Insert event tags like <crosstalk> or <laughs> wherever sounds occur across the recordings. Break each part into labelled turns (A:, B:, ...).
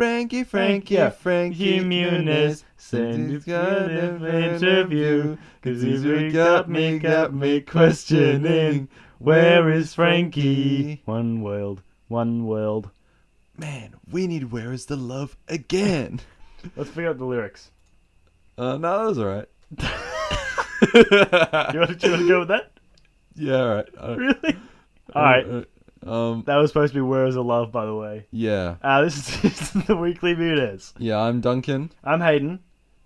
A: Frankie, Frank, yeah, Frankie
B: Frankie
A: Muniz.
B: Muniz.
A: Send
B: Send
A: this
B: this
A: kind of
B: kind of
A: interview.
B: interview.
A: Cause he's really got me, got me questioning.
B: Where is Frankie? One world, one world.
A: Man, we need Where is the Love again?
B: Let's figure out the lyrics.
A: <laughs> Uh, no, that was <laughs> alright.
B: You want to, you want to go with that?
A: <laughs> yeah, alright. Alright.
B: Really? All right.
A: Um,
B: That was supposed to be "Where Is the Love," by the way.
A: yeah.
B: Uh, this, is, <laughs> this is the weekly Mutas.
A: Yeah, I'm Duncan,
B: I'm Hayden.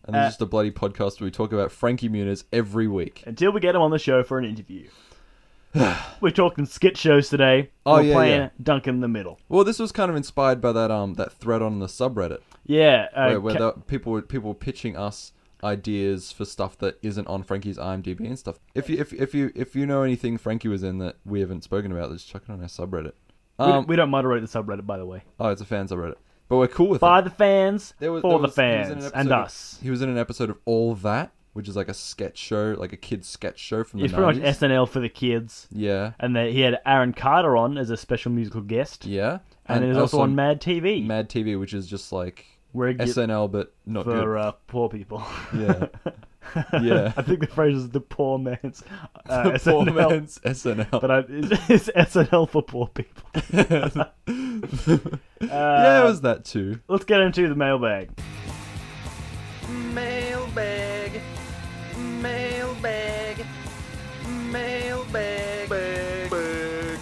A: and this
B: Uh,
A: is just a bloody podcast where we talk about Frankie Muniz every week.
B: Until we get him on the show for
A: <sighs>
B: an interview. We're talking skit shows today.
A: Oh,
B: We're
A: yeah,
B: playing
A: yeah.
B: Duncan the Middle.
A: Well, this was kind of inspired by that um that thread on the subreddit
B: Yeah. Uh,
A: where, where
B: Ca-
A: the, people were people were pitching us ideas for stuff that isn't on Frankie's IMDb and stuff. If you if if you if you know anything Frankie was in that we haven't spoken about, just chuck it on our subreddit.
B: we, don't-
A: Um,
B: we don't moderate the subreddit, by the way.
A: oh, it's a fan subreddit, but we're cool with
B: By
A: it.
B: the fans,
A: There was-
B: for
A: there
B: the
A: was- he was in an
B: fans,
A: episode
B: and
A: of-
B: us.
A: He was in an episode of All That, which is like a sketch show, like a kids sketch show from the
B: It's pretty
A: 90s.
B: much SNL for the kids.
A: yeah,
B: And they, he had Aaron Carter on as a special musical guest.
A: yeah,
B: And, there's also, on Mad TV,
A: Mad TV, which is just like
B: where it gets
A: SNL but not
B: for uh, poor people.
A: good.
B: <laughs>
A: Yeah, <laughs> yeah.
B: I think the phrase is the
A: <laughs>
B: poor man's uh,
A: the
B: SNL.
A: poor man's SNL.
B: But I, <laughs> it's, it's SNL for poor people. <laughs>
A: yeah, it
B: Um,
A: was that too.
B: Let's get into the mailbag.
C: Mailbag. Mailbag. Mailbag. Bag. Bag.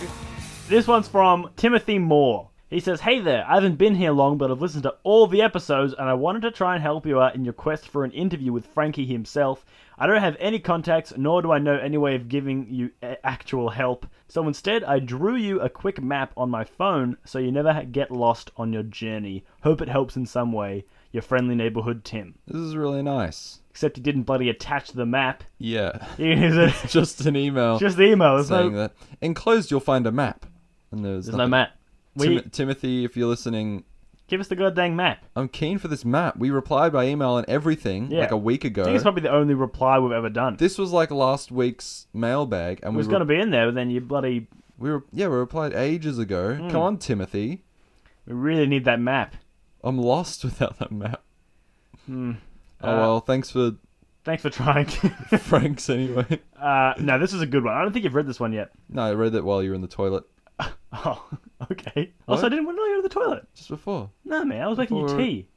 B: This one's from Timothy Moore. He says, Hey there, I haven't been here long, but I've listened to all the episodes, and I wanted to try and help you out in your quest for an interview with Frankie himself. I don't have any contacts, nor do I know any way of giving you a- actual help, so instead I drew you a quick map on my phone so you never ha- get lost on your journey. Hope it helps in some way. Your friendly neighborhood Tim.
A: This is really nice.
B: Except he didn't bloody attach the map. <laughs>
A: Yeah, <laughs>
B: He is a-
A: just an email
B: <laughs> just the email. There's no,
A: saying that enclosed you'll find a map, and there's,
B: there's no
A: nothing.
B: map. We,
A: Tim- Timothy, if you're listening,
B: give us the goddamn map.
A: I'm keen for this map. We replied by email and everything
B: Yeah.
A: like a week ago.
B: I think it's probably the only reply we've ever done.
A: this was like last week's mailbag, and
B: it
A: we
B: was
A: were,
B: going to be in there, but then you bloody.
A: we were yeah we replied ages ago.
B: Hmm.
A: Come on, Timothy,
B: We really need that map.
A: I'm lost <laughs> without that map.
B: Uh,
A: oh well, thanks for <laughs>
B: Thanks for trying. <laughs>
A: Frank's anyway. <laughs>
B: uh, no, this is a good one. I don't think you've read this one yet.
A: No, I read that while you were in the toilet
B: Oh, <laughs> okay. Also, I
A: What?
B: didn't want to know you were to the toilet.
A: just before.
B: No, man, I was making
A: Before-
B: you tea.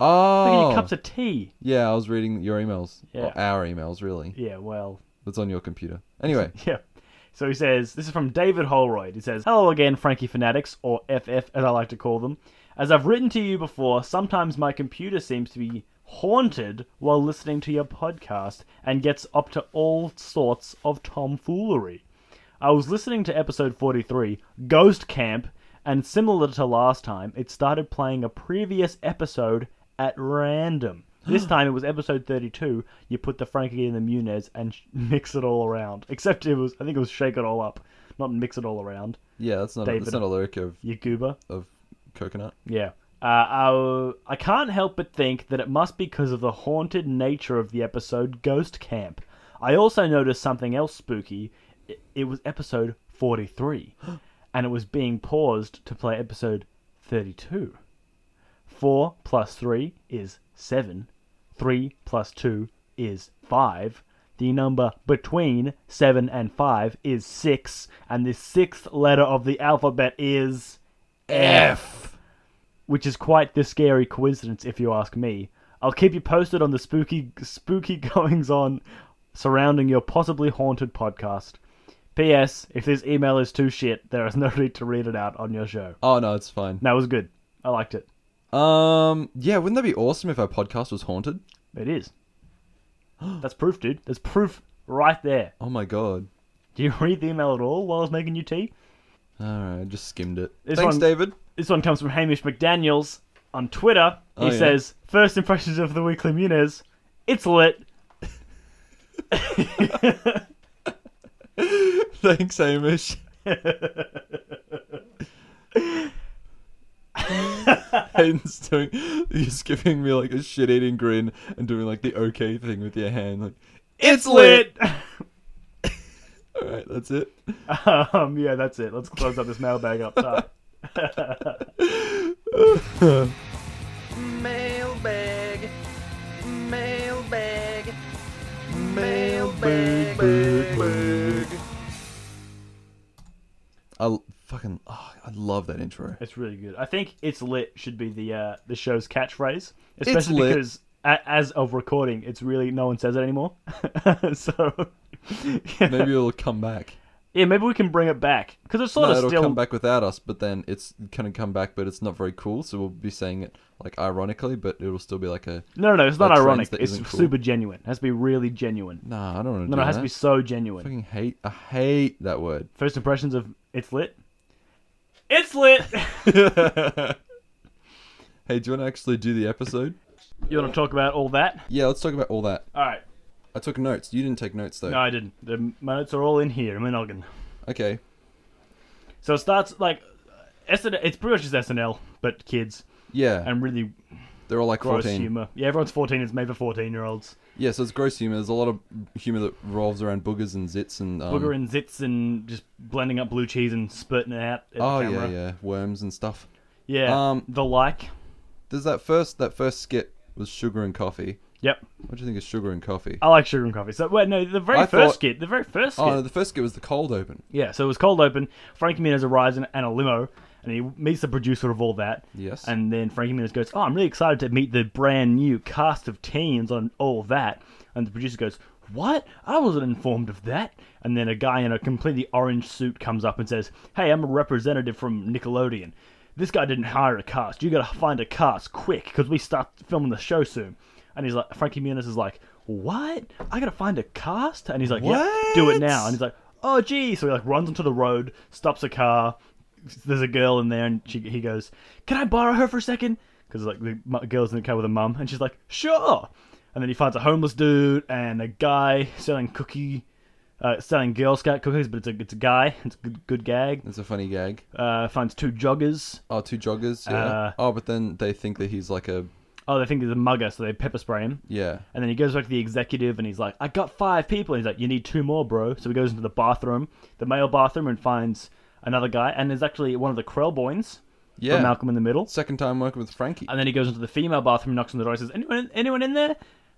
B: Making
A: Oh,
B: you cups of tea.
A: yeah. I was reading your emails.
B: Yeah.
A: Or our emails, really.
B: Yeah, well,
A: That's on your computer. Anyway,
B: <laughs> yeah. So he says, this is from David Holroyd. He says, Hello again, Frankie Fanatics, or FF as I like to call them. As I've written to you before, sometimes my computer seems to be haunted while listening to your podcast and gets up to all sorts of tomfoolery. I was listening to episode 43, Ghost Camp, and similar to last time, it started playing a previous episode at random. This time it was episode 32. You put the Frankie and the Munez and sh- <laughs> mix it all around. Except it was, I think it was Shake It All Up, not Mix It All Around.
A: yeah, that's not a, that's
B: David.
A: not a lyric of
B: You goober.
A: of coconut.
B: Yeah. Uh, I, I can't help but think that it must be because of the haunted nature of the episode Ghost Camp. I also noticed something else spooky. It, it was episode 43, and it was being paused to play episode 32. 4 plus 3 is 7, 3 plus 2 is 5. The number between 7 and 5 is 6, and the sixth letter of the alphabet is F. Which is quite the scary coincidence, if you ask me. I'll keep you posted on the spooky, spooky <laughs> goings on surrounding your possibly haunted podcast. P.S. If this email is too shit, there is no <laughs> need to read it out on your show.
A: Oh no, it's fine.
B: That was good. I liked it.
A: Um, yeah, wouldn't that be awesome if our podcast was haunted?
B: It is. <gasps> That's proof, dude. There's proof right there.
A: Oh my god.
B: Do you <laughs> read the email at all while I was making you tea?
A: All right, I just skimmed it.
B: This
A: Thanks,
B: one-
A: David. <laughs>
B: This one comes from Hamish McDaniels on Twitter. He
A: Oh, yeah.
B: says, First impressions of the weekly Muniz, it's lit.
A: Thanks, Hamish. <laughs> Hayden's doing. He's giving me like a shit-eating grin and doing like the okay thing with your hand. Like, it's lit.
B: <laughs>
A: All right, that's it.
B: <laughs> um, yeah, that's it. Let's close up this mailbag up top.
A: oh, love that
B: <laughs>
A: intro.
B: It's really good. I think "It's lit" should be the uh, the show's catchphrase, especially
A: lit.
B: because a, as of recording, it's really no one says it anymore. <laughs> so yeah.
A: Maybe it'll come
B: <laughs>
A: back.
B: yeah, maybe we can bring it back because it's sort
A: no,
B: of
A: it'll
B: still
A: come back without us, but then it's gonna come back, but it's not very cool. So we'll be saying it like ironically, but it'll still be like a
B: no, no, no. It's not
A: a trend
B: ironic.
A: that
B: It's
A: isn't cool.
B: super genuine. It has to be really genuine.
A: nah. I don't want to. do
B: No, no, it has
A: that.
B: to be so
A: I
B: genuine.
A: fucking hate. I hate that word.
B: First impressions of "It's lit." It's lit. <laughs>
A: Hey, do you want to actually do the episode?
B: you want to talk about all that?
A: Yeah, let's talk about all that.
B: All right.
A: I took notes. You didn't take notes though.
B: No, I didn't. The, my notes are all in here in my noggin.
A: Okay.
B: So it starts like SNL. It's pretty much just SNL, but kids
A: Yeah,
B: and really
A: they're all like
B: gross
A: fourteen.
B: humor. Yeah, everyone's fourteen. It's made for fourteen-year-olds.
A: Yeah, so it's gross humor. There's a lot of humor that revolves around boogers and zits and um,
B: Booger and zits and just blending up blue cheese and spitting it out. At
A: oh
B: the
A: yeah,
B: camera.
A: yeah, worms and stuff.
B: yeah,
A: Um,
B: the like.
A: There's that first that first skit was sugar and coffee.
B: Yep,
A: What do you think of sugar and coffee?
B: I like sugar and coffee. So wait, no, the very
A: I
B: first
A: thought-
B: skit, the very first skit.
A: Oh, no, the first skit was the cold open.
B: yeah, so it was cold open. Frankie Muniz arrives in, in a limo, and he meets the producer of all that.
A: Yes.
B: And then Frankie Muniz goes, "Oh, I'm really excited to meet the brand new cast of teens on all that." And the producer goes, "What? I wasn't informed of that." And then a guy in a completely orange suit comes up and says, "Hey, I'm a representative from Nickelodeon. This guy didn't hire a cast. You got to find a cast quick because we start filming the show soon." And he's like, Frankie Muniz is like, "What? I got to find a cast?" And he's like, "Yeah, do it
A: What?
B: now." And he's like, "Oh, gee." So he like runs onto the road, stops a car, there's a girl in there, and she, he goes, "Can I borrow her for a second? Because like the mu- girl's in the car with her mum, and she's like, "Sure." And then he finds a homeless dude and a guy selling cookie, uh, selling Girl Scout cookies, but it's a it's a guy. It's a good, good gag.
A: It's a funny gag.
B: Uh, finds two joggers.
A: Oh, two joggers. Yeah.
B: Uh,
A: oh, but then they think that he's like a
B: Oh, they think he's a mugger, so they pepper spray him.
A: yeah.
B: And then he goes back to the executive and he's like, I got five people. And he's like, You need two more, bro. So he goes into the bathroom, the male bathroom, and finds another guy. And there's actually one of the Krellboins
A: Yeah.
B: from Malcolm in the Middle.
A: Second time working with Frankie.
B: And then he goes into the female bathroom, knocks on the door, and says, "Anyone, anyone in there?"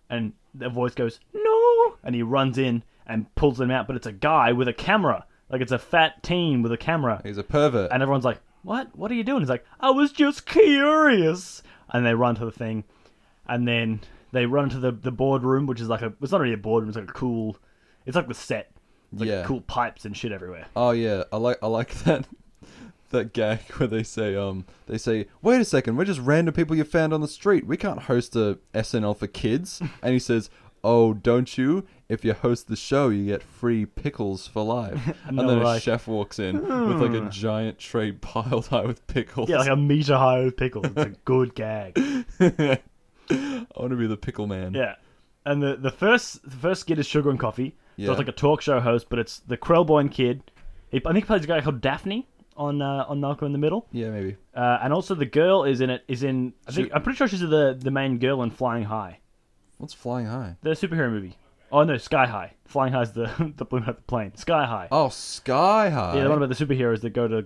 B: And the voice goes, "No!" And he runs in and pulls them out, but it's a guy with a camera, like it's a fat teen with a camera.
A: He's a pervert.
B: And everyone's like, "What? What are you doing?" He's like, "I was just curious." And they run to the thing, and then they run into the the boardroom, which is like a it's not really a boardroom, it's like a cool, it's like the set, it's like
A: Yeah.
B: cool pipes and shit everywhere.
A: Oh yeah, I like I like <laughs> that that gag where they say um they say wait a second we're just random people you found on the street we can't host a SNL for
B: <laughs>
A: kids and he says oh don't you if you host the show you get free pickles for
B: <laughs>
A: life and
B: No
A: then
B: way. Hmm.
A: a chef walks in with like a giant tray piled <laughs> high with pickles
B: Yeah, like a meter high of
A: <laughs>
B: pickles. It's a good gag.
A: I want to be the pickle man
B: Yeah, and the the first the first skit is Sugar and Coffee. So
A: Yeah.
B: it's like a talk show host, but it's the Krellboyne kid. He, I think he plays a guy called Daphne on uh, on Narco in the Middle,
A: yeah maybe
B: uh, and also the girl is in it is in. I think, I'm pretty sure she's the the main girl in Flying High,
A: what's flying high
B: the superhero movie. Oh no, Sky High. Flying High's the <laughs> the balloon at the plane. Sky High.
A: oh sky high
B: yeah, the one about the superheroes that go to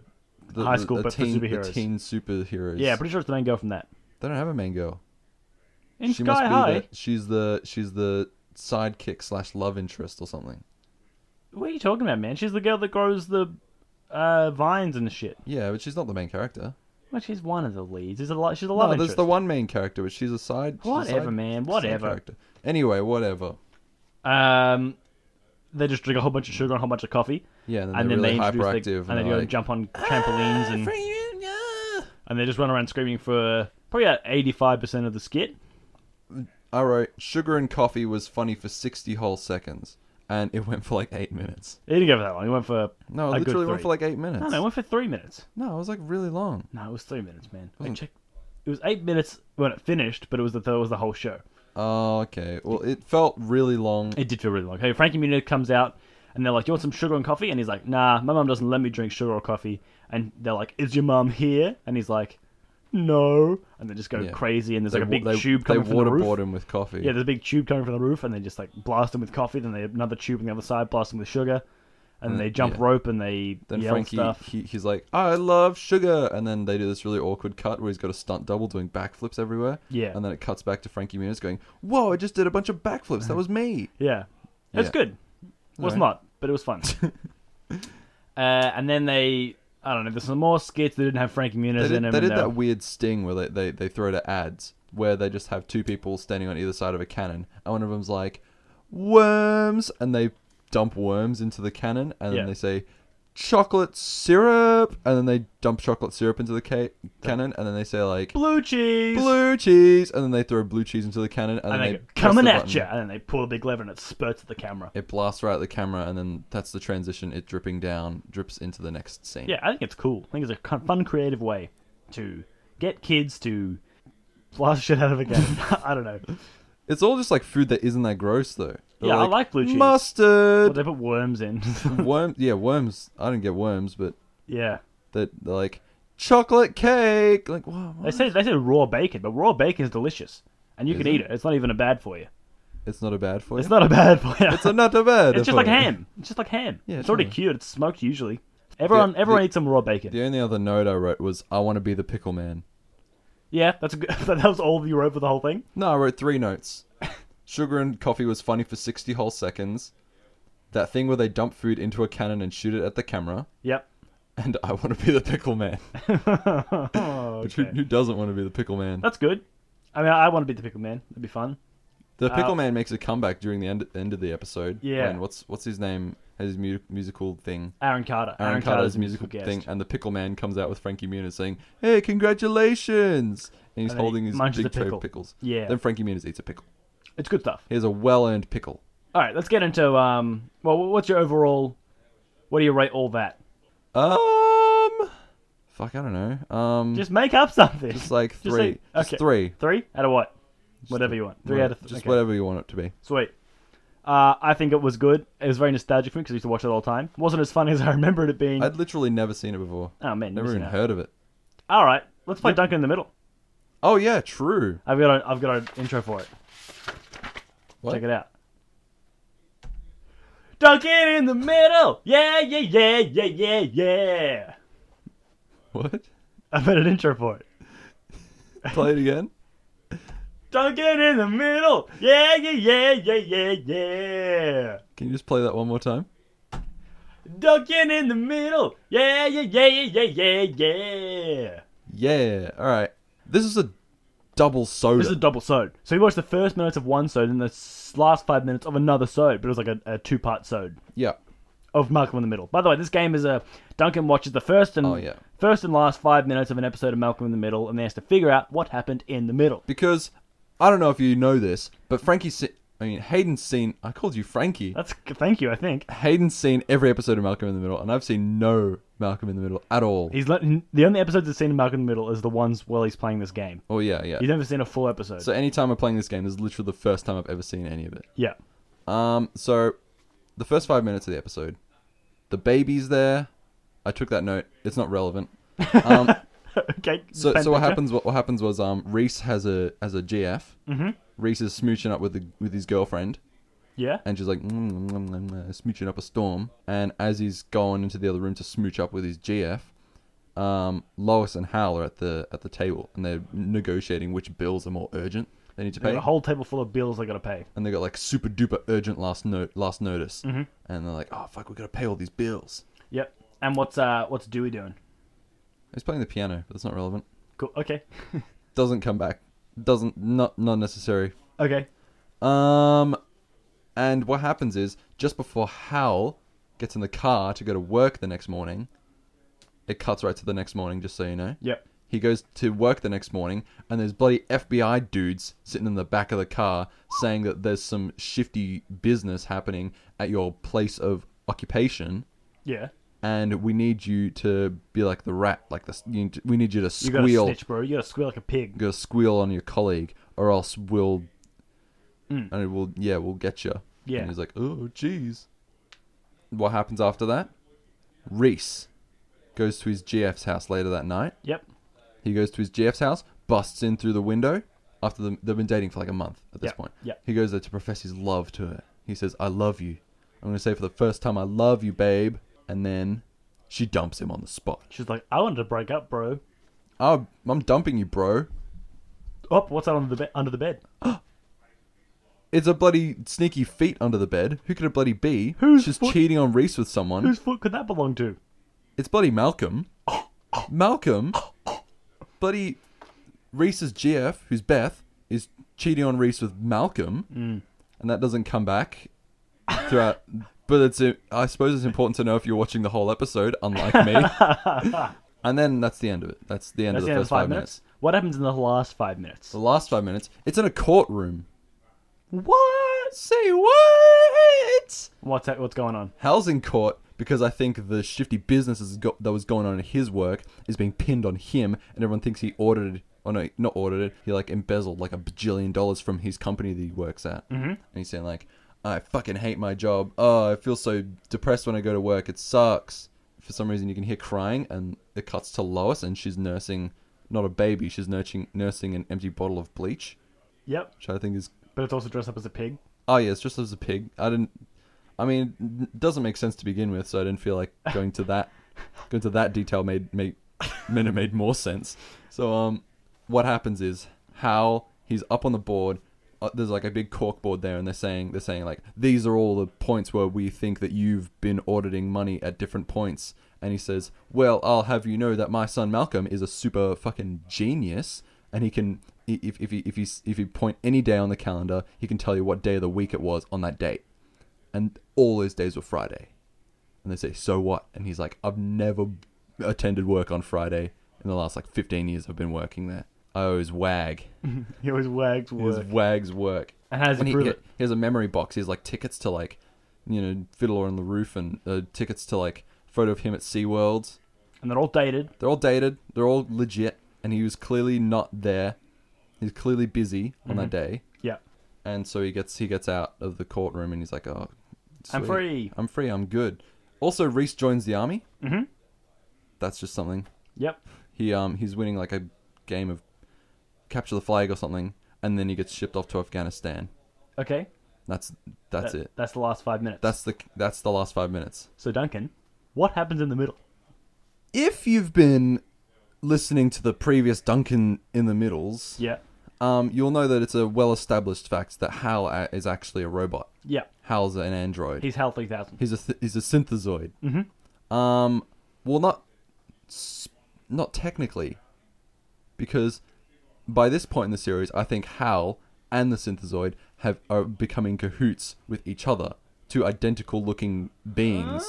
A: The-
B: high
A: the-
B: school,
A: the
B: but for
A: teen, the
B: superheroes.
A: teen superheroes
B: yeah, pretty sure it's the main girl from that.
A: they don't have a main girl
B: In
A: She must
B: Sky
A: be
B: High.
A: the she's the she's the sidekick slash love interest or something.
B: What are you talking about, man? She's the girl that grows the uh, vines and shit.
A: Yeah, but she's not the main character.
B: Well, she's one of the leads. She's a lot. She's a
A: No,
B: love
A: there's
B: interest.
A: the one main character, but she's a side. she's a
B: Whatever,
A: side-
B: man,
A: side
B: whatever.
A: character. anyway, whatever.
B: Um, they just drink a whole bunch of sugar and a whole bunch of coffee,
A: Yeah, and then
B: and
A: they're
B: then
A: really
B: they introduce the,
A: hyperactive,
B: and they
A: they're
B: go
A: like,
B: and jump on trampolines and
A: "Ah,
B: and they just run around screaming for probably about eighty five percent of the skit.
A: All right, sugar and coffee was funny for sixty whole seconds, and it went for like eight minutes.
B: It didn't go for that long. It went for
A: No,
B: a
A: it
B: good
A: literally went
B: three.
A: for like eight minutes.
B: no, no, it went for three minutes.
A: No, it was like really long.
B: No, it was three minutes, man. I
A: Wasn't-
B: checked. It was eight minutes when it finished, but it was the that was the whole show.
A: Oh, okay. Well, it felt really long.
B: It did feel really long. Hey, Frankie Muniz comes out and they're like, "You want some sugar and coffee?" And he's like, "Nah, my mum doesn't let me drink sugar or coffee." And they're like, "Is your mum here?" And he's like, "No." And they just go
A: Yeah.
B: crazy. And there's
A: They
B: like a
A: wa-
B: big
A: they,
B: tube
A: They
B: coming from the
A: waterboard
B: roof.
A: him with coffee.
B: Yeah, there's a big tube coming from the roof, and they just like blast them with coffee. Then they another tube on the other side, blast them with sugar, and
A: And-
B: they jump
A: Mm, yeah.
B: rope and they
A: Then
B: yell
A: Frankie,
B: stuff.
A: he, he's like, I love sugar. And then they do this really awkward cut where he's got a stunt double doing backflips everywhere.
B: Yeah.
A: And then it cuts back to Frankie Muniz going, Whoa, I just did a bunch of backflips.
B: <laughs>
A: That was me.
B: Yeah. It's
A: Yeah.
B: good. It
A: <laughs>
B: was
A: Alright.
B: not, but it was fun. uh, and then they I don't know. There's some more skits that didn't have Frankie Muniz
A: They did,
B: in them.
A: they
B: and
A: did
B: they
A: that
B: were-
A: weird sting where they, they, they throw to ads where they just have two people standing on either side of a cannon, and one of them's like, worms, and they dump worms into the cannon, and
B: Yeah.
A: then they say, chocolate syrup, and then they dump chocolate syrup into the ca- cannon, and then they say, like,
B: blue cheese.
A: blue cheese, and then they throw blue cheese into the cannon, and,
B: And
A: then
B: they
A: they
B: go,
A: press
B: coming
A: the
B: at
A: button.
B: you, and then they pull a big lever and it spurts at the camera.
A: It blasts right at the camera, and then that's the transition. It dripping down, drips into the next scene.
B: Yeah, I think it's cool. I think it's a kind of fun, creative way to get kids to blast shit out of
A: <laughs>
B: a game. <laughs> I don't know.
A: It's all just like food that isn't that gross though. They're
B: Yeah, I like blue cheese. But
A: Mustard.
B: they put worms in. <laughs>
A: worms. Yeah, worms. I didn't get worms, but
B: yeah,
A: they're, they're like chocolate cake. Like wow,
B: they say they say raw bacon, but raw bacon is delicious, and you
A: Is
B: can
A: it?
B: eat it. It's not even a bad for you.
A: it's not a bad for you.
B: It's not a bad for you. It's,
A: It's a not a bad.
B: just
A: for
B: like
A: you.
B: ham. It's just like ham.
A: Yeah,
B: it's already
A: totally.
B: cured. It's smoked usually. Everyone,
A: The-
B: everyone
A: the-
B: eats some raw bacon.
A: The only other note I wrote was I want to be the pickle man.
B: Yeah, that's a good. <laughs> that was all you wrote for the whole thing.
A: No, I wrote three notes. <laughs> Sugar and coffee was funny for sixty whole seconds. That thing where they dump food into a cannon and shoot it at the camera.
B: Yep.
A: And I want to be the pickle man. <laughs>
B: <laughs>
A: Which who,
B: okay.
A: who doesn't want to be the pickle man?
B: That's good. I mean, I want to be the pickle man. That'd be fun.
A: The Pickle
B: Uh,
A: Man makes a comeback during the end, end of the episode.
B: Yeah.
A: And what's what's his name? Has his mu- musical thing.
B: Aaron Carter.
A: Aaron, Carter's, musical
B: guest.
A: thing, and the Pickle Man comes out with Frankie Muniz saying, "Hey, congratulations!" And he's
B: And then he
A: holding his
B: munches
A: big
B: the
A: tray
B: pickle.
A: of pickles.
B: Yeah.
A: Then Frankie Muniz eats a pickle.
B: It's good stuff.
A: Here's a well-earned pickle.
B: All right, let's get into um. Well, what's your overall? What do you rate all that?
A: Um, fuck, I don't know. Um, just,
B: Just make up something.
A: like
B: just
A: three,
B: say-
A: just
B: okay.
A: three,
B: Three out of what? Whatever you want. Three out of th-
A: just
B: okay.
A: whatever you want it to be.
B: Sweet. Uh, I think it was good. It was very nostalgic for me because I used to watch it all the time. wasn't as funny as I remembered it being.
A: I'd literally never seen it before.
B: Oh man,
A: never
B: missing
A: even
B: out.
A: heard of it.
B: All right, let's play Duncan in the Middle.
A: Oh yeah, true.
B: I've got a, I've got an intro for it.
A: What?
B: Check it out. Duncan in the middle. Yeah, yeah, yeah, yeah, yeah, yeah.
A: What?
B: I've got an intro for it.
A: Play it again.
B: Duncan in the middle. Yeah, yeah, yeah, yeah, yeah, yeah.
A: Can you just play that one more time?
B: Duncan in the middle. Yeah, yeah, yeah, yeah, yeah, yeah, yeah.
A: Yeah. All right. This is a double soda.
B: This is a double sode. So we watched the first minutes of one sode and the s- last five minutes of another sode, but it was like a, a two part sode
A: yeah.
B: of Malcolm in the Middle. By the way, this game is a Duncan watches the first and
A: Oh, yeah.
B: first and last five minutes of an episode of Malcolm in the Middle and then has to figure out what happened in the middle.
A: Because I don't know if you know this, but Frankie's. Se- I mean, Hayden's seen. I called you Frankie.
B: That's thank you, I think.
A: Hayden's seen every episode of Malcolm in the Middle, and I've seen no Malcolm in the Middle at all.
B: He's let, the only episodes I've seen of Malcolm in the Middle is the ones while he's playing this game.
A: oh yeah, yeah.
B: You've never seen a full episode.
A: So anytime I'm playing this game, this is literally the first time I've ever seen any of it.
B: yeah. <laughs>
A: Um. So, the first five minutes of the episode, the baby's there. I took that note. It's not relevant. Um,
B: okay.
A: So,
B: paint
A: so what
B: picture.
A: happens? What, what happens was um, Reese has a as a GF. Mm-hmm. Reese is smooching up with the, with his girlfriend,
B: Yeah.
A: and she's like "Mm, mm, mm, mm, mm," smooching up a storm. And as he's going into the other room to smooch up with his GF, um, Lois and Hal are at the at the table, and they're negotiating which bills are more urgent. They need to
B: Got
A: pay,
B: a whole table full of bills I gotta pay.
A: and they got like super duper urgent last note last notice, mm-hmm. and they're like, oh fuck, we gotta pay all these bills.
B: Yep. And what's uh what's Dewey doing?
A: He's playing the piano, but that's not relevant.
B: Cool. Okay.
A: Doesn't come back. Doesn't not not necessary.
B: okay.
A: Um, and what happens is just before Hal gets in the car to go to work the next morning, it cuts right to the next morning. Just so you know.
B: Yep.
A: He goes to work the next morning, and there's bloody FBI dudes sitting in the back of the car saying that there's some shifty business happening at your place of occupation,
B: Yeah.
A: and we need you to be like the rat, like the you need to- we need you to
B: You
A: squeal
B: gotta snitch, bro. You gotta squeal like a pig.
A: gonna squeal on your colleague, or else we'll, and we'll yeah, we'll get you.
B: Mm. Yeah.
A: And he's like, oh, jeez. What happens after that? Reese goes to his GF's house later that night.
B: Yep.
A: He goes to his GF's house, busts in through the window. After the, they've been dating for like a month at this
B: Yeah,
A: point.
B: yeah.
A: He goes there to profess his love to her. He says, "I love you. I'm gonna say for the first time, I love you, babe." And then she dumps him on the spot.
B: She's like, I wanted to break up, bro.
A: Oh, I'm dumping you, bro.
B: Oh, what's that under the be- under the bed?
A: It's a bloody sneaky feet under the bed. Who could it bloody be?
B: Whose
A: She's
B: foot-
A: cheating on Reese with someone.
B: Whose foot could that belong to?
A: It's bloody Malcolm. Malcolm, bloody Reese's GF, who's Beth, is cheating on Reese with Malcolm,
B: Mm.
A: and that doesn't come back throughout. but it's I suppose it's important to know if you're watching the whole episode, unlike
B: <laughs>
A: me. and then that's the end of it. That's the end
B: That's
A: of the,
B: the end of
A: first
B: the five
A: five Oh.
B: minutes. What happens in the last five minutes?
A: The last five minutes, it's in a courtroom.
B: What?
A: Say what?
B: What's that? What's going on?
A: Hal's in court because I think the shifty business is go- that was going on in his work is being pinned on him, and everyone thinks he ordered, or no, not ordered it. He like embezzled like a bajillion dollars from his company that he works at, mm-hmm. and he's saying like, "I fucking hate my job. Oh, I feel so depressed when I go to work. It sucks." For some reason, you can hear crying, and it cuts to Lois, and she's nursing not a baby, she's nursing nursing an empty bottle of bleach,
B: Yep.
A: which I think is
B: But it's also dressed up as a pig. <laughs>
A: Oh yeah, it's just as a pig. I didn't. I mean, n- doesn't make sense to begin with, so I didn't feel like going to that. going to that detail made made meant it made more sense. So um, what happens is how he's up on the board. Uh, there's like a big cork board there, and they're saying they're saying like these are all the points where we think that you've been auditing money at different points. And he says, "Well, I'll have you know that my son Malcolm is a super fucking genius, and he can if if he if he if you point any day on the calendar, he can tell you what day of the week it was on that date." And all those days were Friday. And they say, "So what?" And he's like, "I've never attended work on Friday in the last like 15 years I've been working there. I always wag.
B: He always wags
A: It was
B: work.
A: wag's work.
B: And how does he
A: And he,
B: prove
A: he,
B: it?
A: he has a memory box. He has like tickets to like, you know, Fiddler on the Roof and uh, tickets to like photo of him at SeaWorld.
B: And they're all dated.
A: They're all dated. They're all legit. And he was clearly not there. He's clearly busy on that day.
B: Yeah.
A: And so he gets he gets out of the courtroom and he's like, "Oh,
B: I'm
A: sweet.
B: free."
A: I'm free. I'm good." Also, Reese joins the army. Mm-hmm. That's just something.
B: Yep.
A: He um he's winning like a game of capture the flag or something, and then he gets shipped off to Afghanistan.
B: Okay.
A: That's that's
B: That-
A: it.
B: That's the last five minutes.
A: That's the that's the last five minutes.
B: so Duncan. What happens in the middle?
A: If you've been listening to the previous Duncan in the Middles,
B: Yeah.
A: um, you'll know that it's a well-established fact that Hal a- is actually a robot.
B: Yeah.
A: Hal's an android.
B: He's Hal three
A: <laughs>
B: thousand.
A: He's a th- he's a synthezoid. Mm-hmm. Um, well, not s- not technically, because by this point in the series, I think Hal and the synthezoid have are becoming cahoots with each other, two identical-looking beings.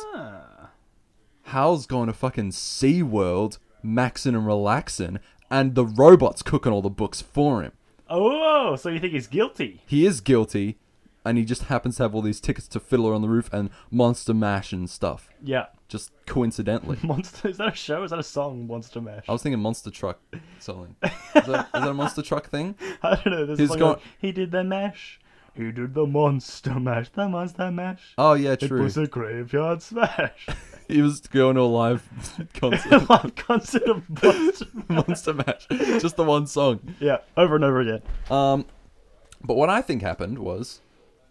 A: Hal's going to fucking SeaWorld, maxing and relaxing, and the robot's cooking all the books for him.
B: Oh, so you think he's guilty?
A: He is guilty, and he just happens to have all these tickets to Fiddler on the Roof and Monster Mash and stuff
B: Yeah.
A: just coincidentally.
B: <laughs> Monster. Is that a show? Is that a song? Monster Mash.
A: I was thinking monster truck something. Is that, is that a monster truck thing?
B: <laughs> I don't know. There's
A: He's
B: he's
A: got-
B: He did the mash. He did the monster mash. The monster mash.
A: Oh yeah,
B: it
A: true.
B: was a
A: <laughs>
B: graveyard smash. <laughs>
A: He was going to a live <laughs> concert.
B: Live concert of monster.
A: monster mash, just the one song.
B: yeah, over and over again.
A: Um, but what I think happened was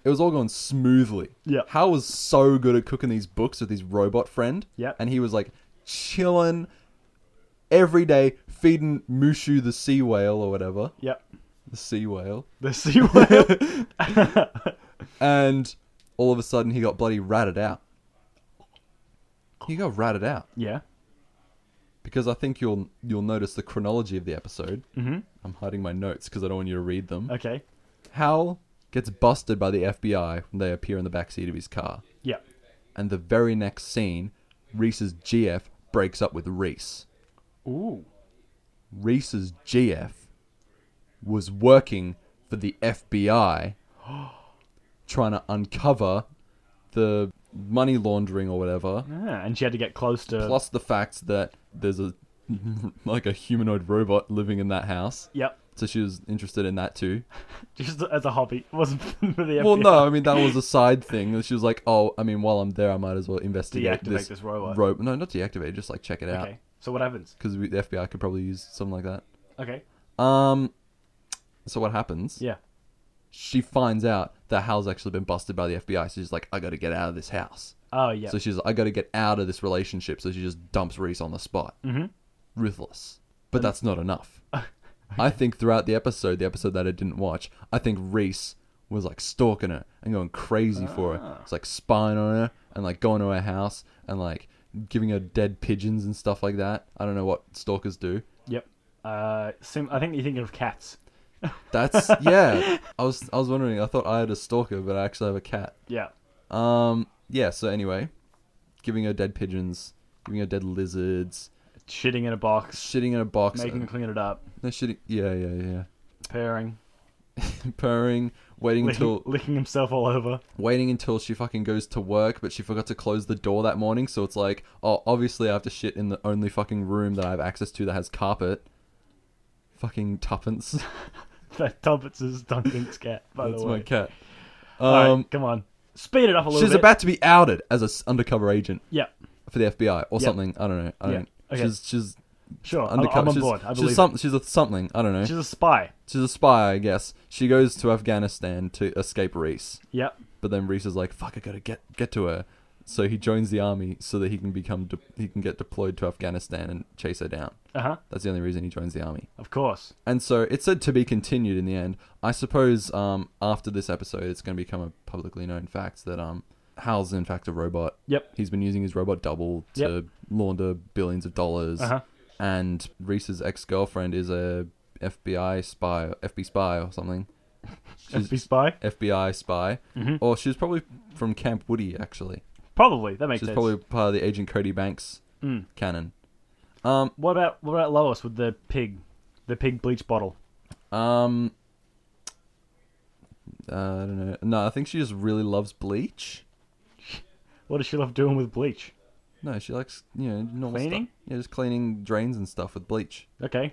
A: it was all going smoothly.
B: Yeah.
A: Hal was so good at cooking these books with his robot friend.
B: Yeah.
A: and he was like chilling every day, feeding Mushu the sea whale or whatever,
B: Yep.
A: the sea whale.
B: The sea whale.
A: <laughs> and all of a sudden he got bloody ratted out. He got ratted out
B: <laughs> yeah.
A: because I think you'll you'll notice the chronology of the episode. Mm-hmm. I'm hiding my notes because I don't want you to read them.
B: Okay.
A: Hal gets busted by the FBI when they appear in the backseat of his car,
B: Yeah.
A: and the very next scene, Reese's GF breaks up with Reese.
B: Ooh.
A: Reese's GF was working for the FBI <gasps> trying to uncover the money laundering or whatever.
B: Ah, and she had to get close to.
A: Plus the fact that there's a <laughs> like a humanoid robot living in that house.
B: Yep.
A: So she was interested in that too.
B: Just as a hobby. It wasn't <laughs> for the
A: <laughs>
B: FBI.
A: Well, no, I mean that
B: <laughs>
A: was a side thing. She was like, "Oh, I mean, while I'm there, I might as well investigate
B: Deactivate
A: this,
B: this robot.
A: ro- no, not deactivate, just like check it out
B: Okay. So what happens?
A: because the FBI could probably use something like that.
B: Okay.
A: Um, so what happens?
B: Yeah.
A: she finds out that Hal's actually been busted by the FBI. So she's like, I got to get out of this house.
B: Oh yeah.
A: So she's like, I got to get out of this relationship. So she just dumps Reese on the spot. Mm-hmm. Ruthless. But that's not enough. I think throughout the episode, the episode that I didn't watch, I think Reese was like stalking her and going crazy for her. It's like spying on her and like going to her house and like giving her dead pigeons and stuff like that. I don't know what stalkers do.
B: Yep. Uh, sim- I think you're thinking of cats.
A: That's yeah. I was I was wondering. I thought I had a stalker, but I actually have a cat.
B: Yeah.
A: Um. Yeah. So anyway, giving her dead pigeons, giving her dead lizards,
B: Shitting in a box,
A: shitting in a box.
B: making them clean it up,
A: no shitting. Yeah. Yeah. <laughs>
B: pairing,
A: Yeah. Purring, waiting
B: licking,
A: until
B: licking himself all over. <laughs>
A: waiting until she fucking goes to work, but she forgot to close the door that morning. So it's like, oh, obviously I have to shit in the only fucking room that I have access to that has carpet. Fucking tuppence.
B: That Tubbets is Duncan's cat,
A: <laughs>
B: by
A: That's
B: the way.
A: my cat.
B: All
A: Um,
B: right, come on. Speed it up a little
A: she's
B: bit.
A: about to be outed as an undercover agent
B: Yeah,
A: for the FBI or
B: Yep.
A: something. I don't know. I
B: Yeah,
A: don't.
B: okay.
A: She's she's
B: sure. I'm,
A: undercover.
B: I'm on
A: she's,
B: board. I believe
A: she's
B: it.
A: some, She's a something. I don't know.
B: She's a spy.
A: She's a spy, I guess. She goes to Afghanistan to escape Reese,
B: Yep.
A: but then Reese is like, "Fuck, I gotta get get to her." So he joins the army so that he can become de- he can get deployed to Afghanistan and chase her down.
B: Uh huh.
A: That's the only reason he joins the army.
B: Of course.
A: And so it said to be continued in the end. I suppose um, after this episode, it's going to become a publicly known fact that um, Hal's in fact a robot.
B: Yep.
A: He's been using his robot double to
B: Yep.
A: launder billions of dollars.
B: Uh-huh.
A: And Reese's ex girlfriend is a FBI spy, FB spy or something. She's
B: FB spy.
A: FBI spy,
B: Mm-hmm.
A: or she was probably from Camp Woody actually.
B: Probably that makes
A: She's
B: sense. Mm.
A: probably part of the Agent Cody Banks canon.
B: What about what about Lois with the pig, the pig bleach bottle?
A: Um, uh, I don't know. No, I think she just really loves bleach.
B: What does she love doing with bleach?
A: No, she likes you know normal
B: Cleaning?
A: stuff. Yeah, just cleaning drains and stuff with bleach.
B: Okay.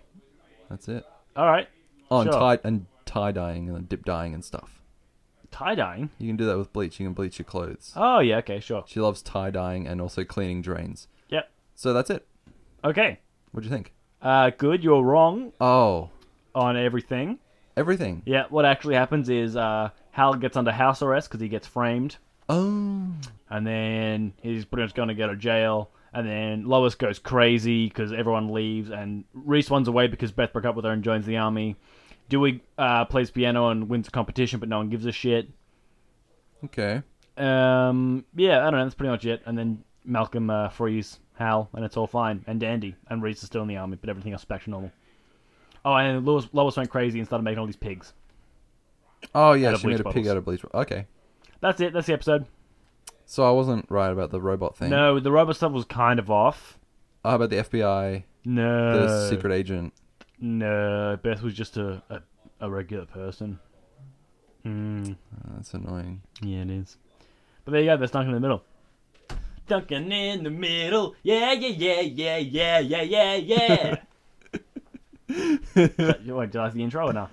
A: That's it.
B: All right.
A: Oh, and
B: Sure.
A: tie and tie dyeing and dip dyeing and stuff.
B: Tie dyeing.
A: You can do that with bleach. You can bleach your clothes.
B: Oh yeah. Okay. Sure.
A: She loves tie dyeing and also cleaning drains.
B: Yep.
A: So that's it.
B: Okay.
A: What do you think?
B: Uh, good. You're wrong
A: Oh,
B: on everything.
A: everything.
B: Yeah. What actually happens is uh, Hal gets under house arrest because he gets framed,
A: Oh,
B: and then he's pretty much going to go to jail. And then Lois goes crazy because everyone leaves, and Reese runs away because Beth broke up with her and joins the army. Dewey uh, plays piano and wins a competition, but no one gives a shit.
A: okay.
B: Um, yeah, I don't know. That's pretty much it. And then Malcolm uh, frees Hal, and it's all fine and dandy. And Reese is still in the army, but everything else is back to normal. Oh, and Lois, Lois went crazy and started making all these pigs.
A: Oh yeah,
B: Out of
A: she made a
B: bleach
A: pig
B: bottles.
A: out of bleach. Okay.
B: That's it. That's the episode.
A: So I wasn't right about the robot thing.
B: No, the robot stuff was kind of off.
A: Oh, about the FBI, the
B: No,
A: secret agent.
B: No, Beth was just a a, a regular person. Hmm.
A: Uh, That's
B: <laughs>
A: annoying.
B: Yeah, it is. But there you go. That's Duncan in the middle. Duncan in the middle. Yeah, yeah, yeah, yeah, yeah, yeah, yeah,
A: <laughs>
B: yeah. Wait, did I have the intro or no?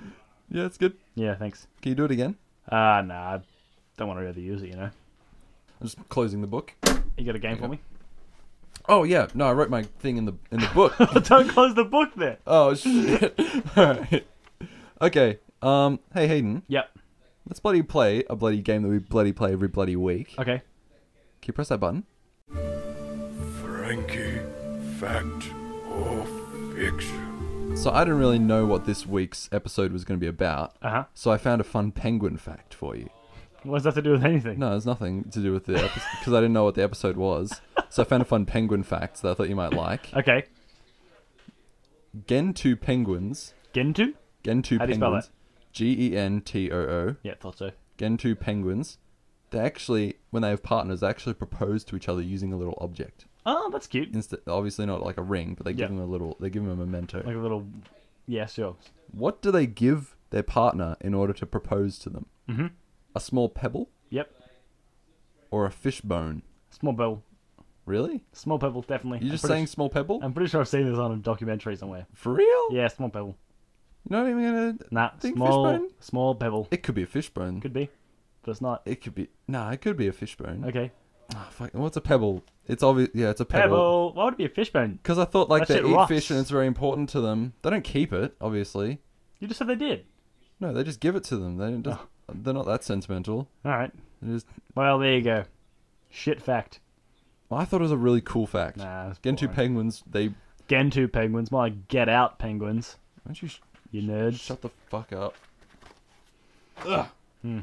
A: Yeah, it's good.
B: Yeah, thanks.
A: Can you do it again?
B: Ah, uh, nah, I don't want to really use it. You know,
A: I'm just closing the book.
B: you got a game for me? <laughs>
A: Oh yeah, no, I wrote my thing in the in the
B: <laughs>
A: book.
B: don't close the book there.
A: oh shit. <laughs> Alright. Okay. Um hey Hayden,
B: Yep.
A: let's bloody play a bloody game that we bloody play every bloody week. Can
B: Okay.
A: you press that button?
D: Frankie, fact or fiction?
A: So I didn't really know what this week's episode was gonna be about.
B: Uh huh.
A: So I found a fun penguin fact for you.
B: What does that have to do with anything?
A: No, it's nothing to do with the episode because I didn't know what the episode was. So I found a fun penguin fact that I thought you might like.
B: Okay.
A: Gentoo penguins.
B: Gentoo?
A: Gentoo
B: How do you spell
A: penguins. G E N T O O.
B: Yeah, thought so.
A: Gentoo penguins, they actually, when they have partners, they actually propose to each other using a little object.
B: Oh, that's cute.
A: Insta- obviously not like a ring, but they give
B: Yeah.
A: them a little, they give them a memento.
B: Like a little. Yeah, sure.
A: what do they give their partner in order to propose to them? Mm-hmm. A small pebble
B: Yep.
A: or a fish bone?
B: Small pebble.
A: Really?
B: Small pebble, definitely.
A: You're
B: I'm
A: just
B: pretty
A: saying
B: su-
A: small pebble?
B: I'm pretty sure I've seen this on a documentary somewhere.
A: For real?
B: Um, Yeah, small pebble.
A: You're not even gonna.
B: Nah,
A: Think
B: small,
A: fishbone?
B: small pebble.
A: It could be a fish bone.
B: Could be, but it's not.
A: It could be. Nah, it could be a fish bone.
B: Okay.
A: Ah, fuck. What's a pebble? It's obvious. Yeah, it's a pebble.
B: Pebble. Why would it be a fishbone?
A: Because I thought like
B: That shit
A: they eat
B: rots.
A: fish and it's very important to them. They don't keep it, obviously.
B: You just said they did.
A: No, they just give it to them. They don't just,
B: Ah.
A: they're not that sentimental.
B: All right.
A: They just,
B: Well, there you go. Shit fact.
A: well, I thought it was a really cool fact.
B: Nah, that's
A: Gentoo
B: boring.
A: penguins, they.
B: Gentoo penguins. My get out penguins.
A: Why don't you sh-
B: You nerds.
A: shut the fuck up? Ugh.
B: Hmm.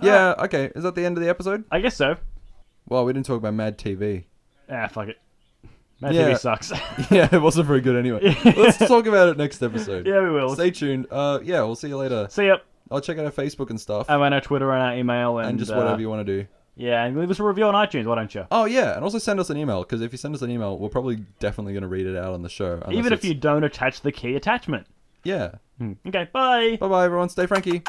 B: Ah.
A: Yeah, okay. Is that the end of the episode?
B: I guess so.
A: Well, we didn't talk about Mad TV.
B: Ah, fuck it. Man
A: Yeah.
B: TV sucks.
A: <laughs>
B: <laughs>
A: yeah, it wasn't very good anyway. Let's talk about it next episode.
B: yeah, we will.
A: Stay tuned. Uh, yeah, we'll see you later.
B: See ya.
A: I'll check out our Facebook and stuff,
B: And on our Twitter and our email and,
A: and just
B: uh,
A: whatever you want to do.
B: Yeah, and leave us a review on iTunes. Why don't you?
A: Oh yeah, and also send us an email because if you send us an email, we're probably definitely going to read it out on the show. unless
B: Even if
A: it's-
B: you don't attach the key attachment. Hmm.
A: yeah.
B: Okay, bye.
A: Bye bye everyone. Stay Frankie.